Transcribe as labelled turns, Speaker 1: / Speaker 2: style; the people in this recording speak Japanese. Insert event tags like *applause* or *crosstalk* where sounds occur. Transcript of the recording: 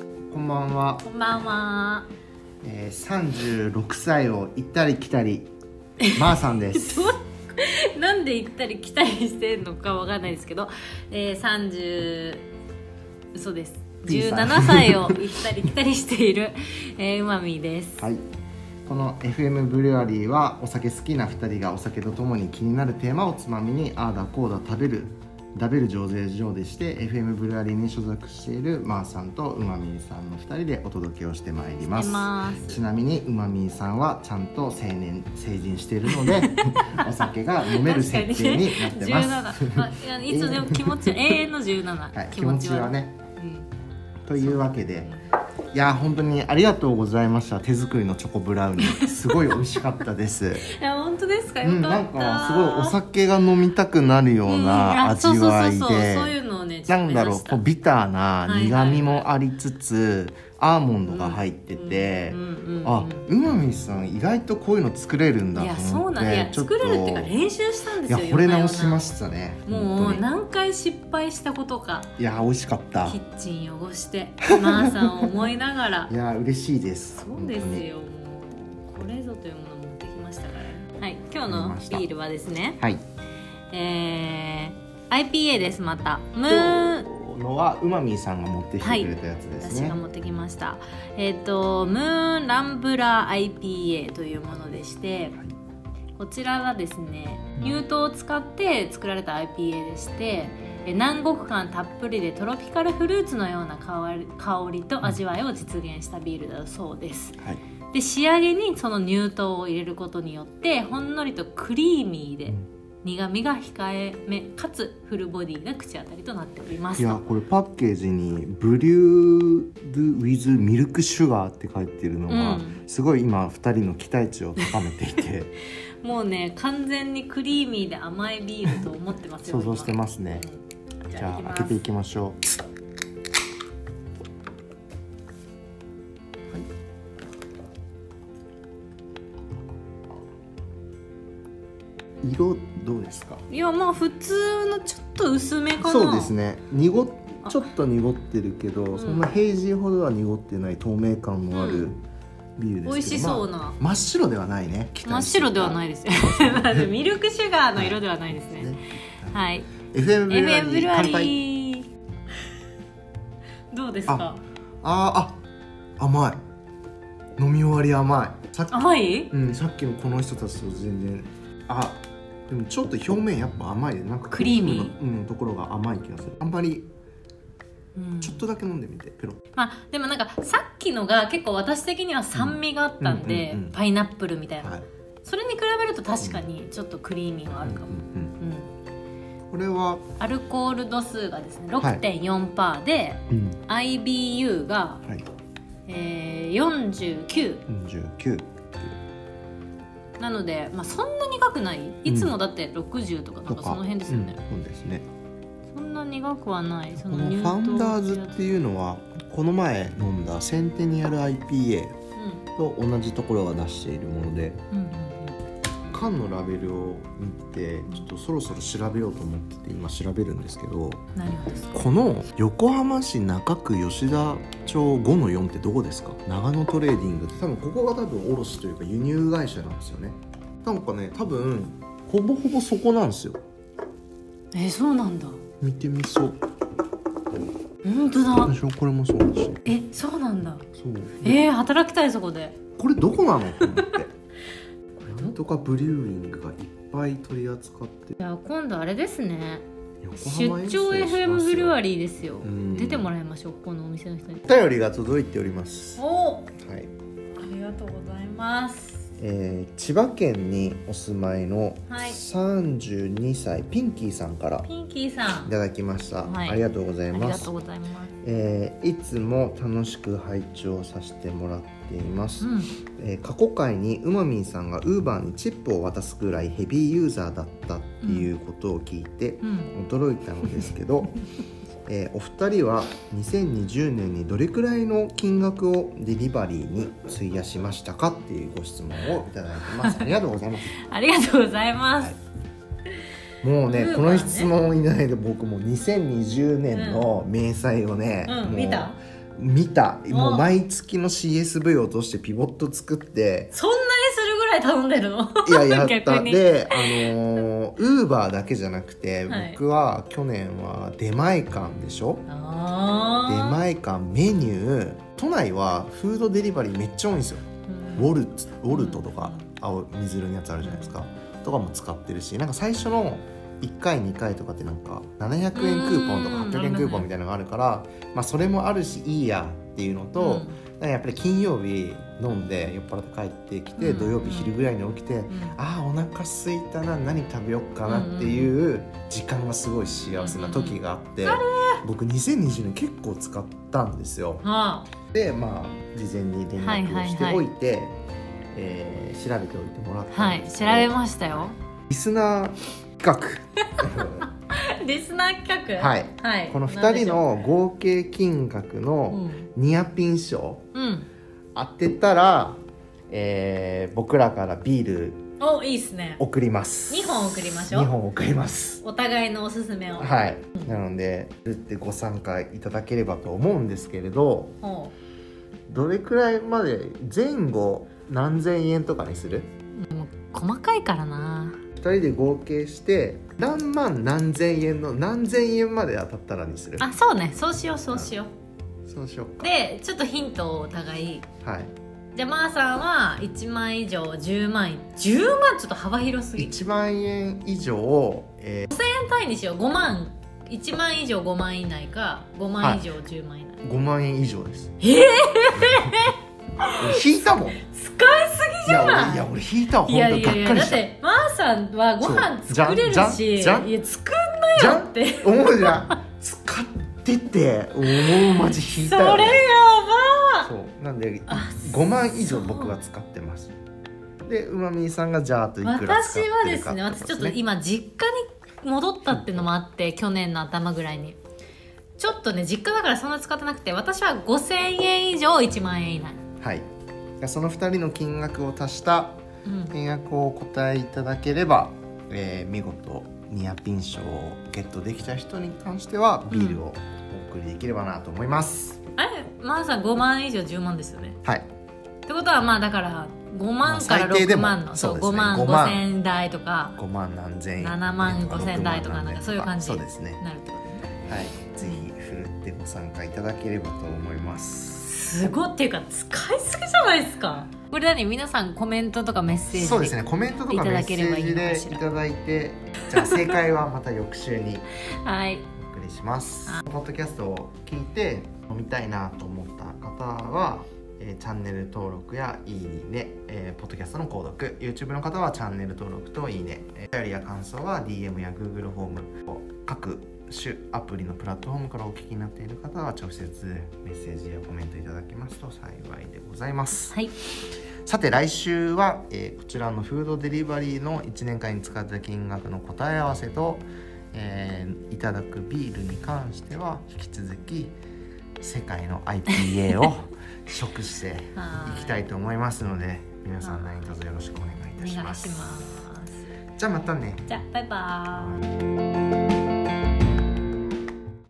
Speaker 1: は、
Speaker 2: こんばんは。
Speaker 1: えー、36歳を行ったり来たりまー、さんです
Speaker 2: *laughs* なんで行ったり来たりしてんのかわかんないですけど、えー、30そうです
Speaker 1: P さん
Speaker 2: 17歳を行ったり来たりしている、えー、うまみです、
Speaker 1: はいこの FM ブルワリーはお酒好きな2人がお酒とともに気になるテーマをつまみにああだこうだ食べる食べる醸成所でして FM ブルワリーに所属しているまーさんとうまみーさんの2人でお届けをしてまいりま
Speaker 2: して
Speaker 1: す
Speaker 2: ます
Speaker 1: ちなみにうまみーさんはちゃんと成年成人しているの
Speaker 2: *laughs*
Speaker 1: でお酒が飲める設定になってます、
Speaker 2: 17、まあ、いやいつでも気持ちは永遠の17、
Speaker 1: はい、気持ちは、ね
Speaker 2: うん
Speaker 1: というわけでいやー本当にありがとうございました手作りのチョコブラウニーすごい美味しかったです
Speaker 2: *laughs* いや本当ですか
Speaker 1: う
Speaker 2: よ
Speaker 1: ん
Speaker 2: か
Speaker 1: な
Speaker 2: っ
Speaker 1: ん
Speaker 2: た、
Speaker 1: かすごいお酒が飲みたくなるような味わい
Speaker 2: うんあそうそうそうそうそうい
Speaker 1: で
Speaker 2: うのをねちょ
Speaker 1: な
Speaker 2: っと
Speaker 1: ん
Speaker 2: 目
Speaker 1: だ
Speaker 2: 指
Speaker 1: ろう
Speaker 2: した
Speaker 1: こうビターな苦味
Speaker 2: はいはい
Speaker 1: もありつつアーモンドが入ってて
Speaker 2: うんうんうん
Speaker 1: あうまみさん意外とこういうの作れるんだ
Speaker 2: い
Speaker 1: と
Speaker 2: や
Speaker 1: 思
Speaker 2: そう
Speaker 1: っ
Speaker 2: なんい
Speaker 1: て
Speaker 2: や
Speaker 1: ちょっ
Speaker 2: 作
Speaker 1: と
Speaker 2: れるっていうか練習したんで
Speaker 1: い
Speaker 2: す
Speaker 1: や
Speaker 2: よ
Speaker 1: 惚れ直しま
Speaker 2: た
Speaker 1: したね
Speaker 2: も
Speaker 1: 本
Speaker 2: う
Speaker 1: 当に
Speaker 2: 何回失敗したことか
Speaker 1: いや美味しかった
Speaker 2: キッチン汚してマーさんを思いなが
Speaker 1: *laughs*
Speaker 2: ら
Speaker 1: いや嬉しいです
Speaker 2: そうです
Speaker 1: 本当に
Speaker 2: よもうこれぞというものを持ってきましたからはい今日の
Speaker 1: わかりました
Speaker 2: ビールはですね
Speaker 1: はい
Speaker 2: えー、IPA ですまたムーン
Speaker 1: のはうまみーさんが持ってきてくれたやつです
Speaker 2: 私
Speaker 1: ね、
Speaker 2: が持ってきましたえっ、とムーンランブラ IPA というものでして
Speaker 1: はい
Speaker 2: こちらはですね乳糖を使って作られた IPA でしてえ南国感たっぷりでトロピカルフルーツのような香り香りと味わいを実現したビールだそうです
Speaker 1: はい
Speaker 2: で仕上げにその乳糖を入れることによってほんのりとクリーミーで苦みが控えめかつフルボディな口当たりとなっております
Speaker 1: いやこれパッケージに「ブリュードゥ・ウィズ・ミルク・シュガー」って書いてるのが、
Speaker 2: うん
Speaker 1: すごい今2人の期待値を高めていて *laughs*
Speaker 2: もうね完全にクリーミーで甘いビールと思ってますよ
Speaker 1: 想像して
Speaker 2: 今
Speaker 1: ますね
Speaker 2: うん
Speaker 1: じ
Speaker 2: じ
Speaker 1: ゃあ
Speaker 2: ゃあ
Speaker 1: 開
Speaker 2: 開
Speaker 1: け
Speaker 2: け
Speaker 1: て
Speaker 2: て
Speaker 1: い
Speaker 2: い
Speaker 1: きましょう、はい、色どうですか
Speaker 2: いやまあ普通のちょっと薄めかな
Speaker 1: そうです
Speaker 2: ね
Speaker 1: ね濁っちょっと濁ってるけど、
Speaker 2: ん
Speaker 1: そんなヘイジーほどは濁ってない透明感のあ
Speaker 2: う
Speaker 1: るビールですけど、
Speaker 2: 美味しそうな、
Speaker 1: まあ真っ白ではないね期
Speaker 2: 真っ
Speaker 1: 待してた
Speaker 2: 白ではないですよ *laughs* ミルクシュガーの色ではないですね
Speaker 1: ね
Speaker 2: はい
Speaker 1: FM ブルワ
Speaker 2: FM ブ
Speaker 1: リー
Speaker 2: ルワ
Speaker 1: 乾杯
Speaker 2: リーどうですか
Speaker 1: あーあ甘い飲み終わり甘いさっき,、
Speaker 2: 甘い
Speaker 1: うん、さっきのこの人たちと全然あでもちょっと表面やっぱ甘いねなんか
Speaker 2: クリーミー
Speaker 1: クのうん、ところが甘い気がするあんまり
Speaker 2: うん
Speaker 1: ちょっとだけ飲んでみてペロッ
Speaker 2: まあでもなんかさっきのが結構私的には酸味があったんで、
Speaker 1: うんうんうんうん
Speaker 2: パイナップルみたいな、
Speaker 1: はい、
Speaker 2: それに比べると確かにちょっとクリーミーはあ
Speaker 1: うん
Speaker 2: る
Speaker 1: う
Speaker 2: かも、
Speaker 1: ん
Speaker 2: うん
Speaker 1: うん、これは、
Speaker 2: アルコール度数がですね
Speaker 1: はい
Speaker 2: 6.4%で、
Speaker 1: うん、
Speaker 2: IBU が、
Speaker 1: はい
Speaker 2: えー、49
Speaker 1: 49
Speaker 2: なので、まあ、そんな苦くないいつもだって60とかな
Speaker 1: と
Speaker 2: ん
Speaker 1: か
Speaker 2: かその辺ですよね、
Speaker 1: うんそうですね
Speaker 2: そんな苦くはないそ
Speaker 1: こ
Speaker 2: の
Speaker 1: の
Speaker 2: 乳
Speaker 1: フ
Speaker 2: 糖
Speaker 1: ァンダーズ
Speaker 2: っ
Speaker 1: ってていうのはこの前飲んだセンテニアル IPA と同じところが出しているもので
Speaker 2: うんうん
Speaker 1: 缶のラベルを見てちょっとそろそろ調べようと思ってて今調べるんですけど
Speaker 2: うん、何をですか
Speaker 1: この横浜市中区吉田町5の4ってどこですか長野トレーディング多分ここが多分卸というか輸入会社なんですよねなんかね多分ほぼほぼそこなんですよ
Speaker 2: えーそうなんだ
Speaker 1: 見てみそう
Speaker 2: 本当だ
Speaker 1: 私はこれもそうだし
Speaker 2: えそうなんだ
Speaker 1: そう
Speaker 2: えー、働きたいそこで
Speaker 1: これどこなのと思って *laughs* なんとかブリューイングがいっぱい取り扱って
Speaker 2: じゃあ今度あれですね
Speaker 1: 横
Speaker 2: 出
Speaker 1: 浜遠征
Speaker 2: 張
Speaker 1: します
Speaker 2: FM ブルワ
Speaker 1: リ
Speaker 2: リーですよ
Speaker 1: うん
Speaker 2: 出てもらいましょうここのお店の人に
Speaker 1: ー頼りが届いております
Speaker 2: おお
Speaker 1: はい、
Speaker 2: ありがとうございます
Speaker 1: えー、千葉県にお住まいの
Speaker 2: はい
Speaker 1: 32歳、ピンキーさんから
Speaker 2: ピンキーさん
Speaker 1: いただきました、
Speaker 2: はい
Speaker 1: ありがとうござい
Speaker 2: あり
Speaker 1: ま
Speaker 2: が
Speaker 1: す
Speaker 2: とうございます
Speaker 1: えーいつも楽しく拝聴させてもらっています、
Speaker 2: うん
Speaker 1: えー過去回にうまみんさんがウーバーにチップを渡すぐらいヘビーユーザーだったっていうことを聞いて、
Speaker 2: うん
Speaker 1: 驚いたのですけ
Speaker 2: *laughs*
Speaker 1: ど、えーお二人は2020年にどれくらいの金額をデリバリーに費やしましたかっていうご質問をいただいて
Speaker 2: *laughs*
Speaker 1: ますありがとうございます
Speaker 2: ありがとうございます、
Speaker 1: もうね
Speaker 2: ウーバーね
Speaker 1: この質問をいただいて僕もう2020年の明細をね、
Speaker 2: うん
Speaker 1: もう
Speaker 2: 見た
Speaker 1: 見た
Speaker 2: お
Speaker 1: もう毎月の CSV を通してピボット作って
Speaker 2: そんなにするぐらい頼んでるの
Speaker 1: いややっ
Speaker 2: *laughs* 逆
Speaker 1: た
Speaker 2: に
Speaker 1: であのウーバーだけじゃなくて
Speaker 2: はい
Speaker 1: 僕は去年は出前館でしょ、
Speaker 2: あ
Speaker 1: 出
Speaker 2: あ
Speaker 1: 前館メニュー都内はフードデリバリーめっちゃ多いんですよウォルツウォルトとか青水色のやつあるじゃないですかとかも使ってるしなんか最初の1回2回とかってなんか700円クーポンとか
Speaker 2: うん
Speaker 1: 800円クーポンみたいなのがあるから、まあ、それもあるしいいやっていうのと、だからやっぱり金曜日飲んで酔っ払って帰ってきて、
Speaker 2: うん
Speaker 1: 土曜日昼ぐらいに起きて、あーお腹空いたな何食べよっかなっていう時間がすごい幸せな時があって、僕2020年結構使ったんですよ。
Speaker 2: あ
Speaker 1: でまあ事前に連
Speaker 2: はい
Speaker 1: 絡を
Speaker 2: はい
Speaker 1: して
Speaker 2: はい
Speaker 1: おいて、えー調べておいてもらっ
Speaker 2: は
Speaker 1: たん
Speaker 2: い
Speaker 1: です
Speaker 2: 調
Speaker 1: けど、
Speaker 2: べましたよ *laughs*
Speaker 1: リスナー企
Speaker 2: リスナー企
Speaker 1: 画
Speaker 2: 画、
Speaker 1: はいい
Speaker 2: はい、
Speaker 1: この
Speaker 2: なん
Speaker 1: 2
Speaker 2: で
Speaker 1: 人
Speaker 2: しょ
Speaker 1: の合計金額
Speaker 2: うう
Speaker 1: の
Speaker 2: ん、
Speaker 1: ニアピン賞
Speaker 2: うん、
Speaker 1: 当てたら、えー僕らからビール
Speaker 2: おいいっすね
Speaker 1: 送ります
Speaker 2: 二本送りましょう
Speaker 1: 2本送ります
Speaker 2: お互いのおすすめを
Speaker 1: はいなので打ってご参加いただければと思うんですけれど
Speaker 2: ほ
Speaker 1: どれくらいまで前後何千円とかにする
Speaker 2: う細かいからな
Speaker 1: 2人で合計して何万何千円の何千円まで当たったらにする
Speaker 2: あそうねそうしようそうしよ
Speaker 1: そうしよ
Speaker 2: う
Speaker 1: う
Speaker 2: でちょっとヒントをお互い
Speaker 1: かはい
Speaker 2: じゃあまーさんは1万以上10万い10万ちょっと幅広すぎ
Speaker 1: 1万円以上、え
Speaker 2: 単位にしよう5万1万以上5万以内か5万以上10万以内、
Speaker 1: ー、5万円以上です
Speaker 2: えー
Speaker 1: 俺 *laughs* 引いたもんい
Speaker 2: 使
Speaker 1: や
Speaker 2: ない
Speaker 1: 俺いや俺引いたわ
Speaker 2: いや
Speaker 1: 本
Speaker 2: い
Speaker 1: 当
Speaker 2: や
Speaker 1: がっ
Speaker 2: いや
Speaker 1: かり
Speaker 2: だ
Speaker 1: し
Speaker 2: ったてまーさんはご飯
Speaker 1: そうじゃん
Speaker 2: 作れるしい
Speaker 1: じゃ
Speaker 2: や
Speaker 1: ん
Speaker 2: 作ん
Speaker 1: じ
Speaker 2: な
Speaker 1: ゃ
Speaker 2: よ
Speaker 1: ん
Speaker 2: って
Speaker 1: 思うじゃん使ってて思うマジ引い
Speaker 2: そ
Speaker 1: た
Speaker 2: れや
Speaker 1: よ、
Speaker 2: ば
Speaker 1: ね、
Speaker 2: い
Speaker 1: そうなんで
Speaker 2: あ
Speaker 1: 5万以上
Speaker 2: そう
Speaker 1: 僕は使ってますでうまみさんがじゃああといくら
Speaker 2: 私
Speaker 1: 使っ
Speaker 2: は
Speaker 1: て
Speaker 2: で
Speaker 1: るか
Speaker 2: すね私ちょっと今実家に戻ったっていうのもあって去年の頭ぐらいにちょっとね実家だからそんな使ってなくて私は5000円以上1万円以内、
Speaker 1: はいその2人の金額を足した
Speaker 2: うん、
Speaker 1: 金額をお答えいただければ、えー見事ニアピン賞をゲットできた人に関してはビールをお送りできればなと思います、
Speaker 2: あれまーさん5万円以上10万ですよね
Speaker 1: はい
Speaker 2: ってことはまあだから5万から
Speaker 1: まあ最低で
Speaker 2: 6
Speaker 1: も
Speaker 2: 万の、そう
Speaker 1: そうです
Speaker 2: 5
Speaker 1: ね
Speaker 2: 万
Speaker 1: 5万
Speaker 2: 5千台とか
Speaker 1: 5万何千円
Speaker 2: 7万5千台とかなんかそういう感じ
Speaker 1: そうですね
Speaker 2: なるってことね
Speaker 1: はいぜひふるってご参加いただければと思います
Speaker 2: すごいっていうか使いすぎじゃないですかこれ何皆さんコメントとかメッセージ
Speaker 1: そうですねコメントとか
Speaker 2: いた
Speaker 1: メッ
Speaker 2: だ
Speaker 1: セ
Speaker 2: ければ
Speaker 1: ー
Speaker 2: いい
Speaker 1: ジ
Speaker 2: のか
Speaker 1: で
Speaker 2: しら
Speaker 1: いただいてじゃあ正解はまた翌週に
Speaker 2: はい
Speaker 1: お送りしますポッドキャストを聞いて飲みたいなと思った方は、えーチャンネル登録やいいね、えーポッドキャストの購読 YouTube の方はチャンネル登録といいねえーお便りや感想は DM や Google フォーム各種アプリのプラットフォームからお聞きになっている方は直接メッセージやコメントいただけますと幸いでございます
Speaker 2: はい
Speaker 1: さて来週は、えーこちらのフードデリバリーの1年間に使った金額の答え合わせと、えーいただくビールに関しては引き続き世界の IPA
Speaker 2: *laughs*
Speaker 1: を食して
Speaker 2: はい
Speaker 1: きたいと思いますので皆さん何卒よろしくお願いい
Speaker 2: お
Speaker 1: た
Speaker 2: 願い
Speaker 1: し
Speaker 2: し
Speaker 1: ま。
Speaker 2: ますす
Speaker 1: じゃあまたね。
Speaker 2: じゃあバイバーイ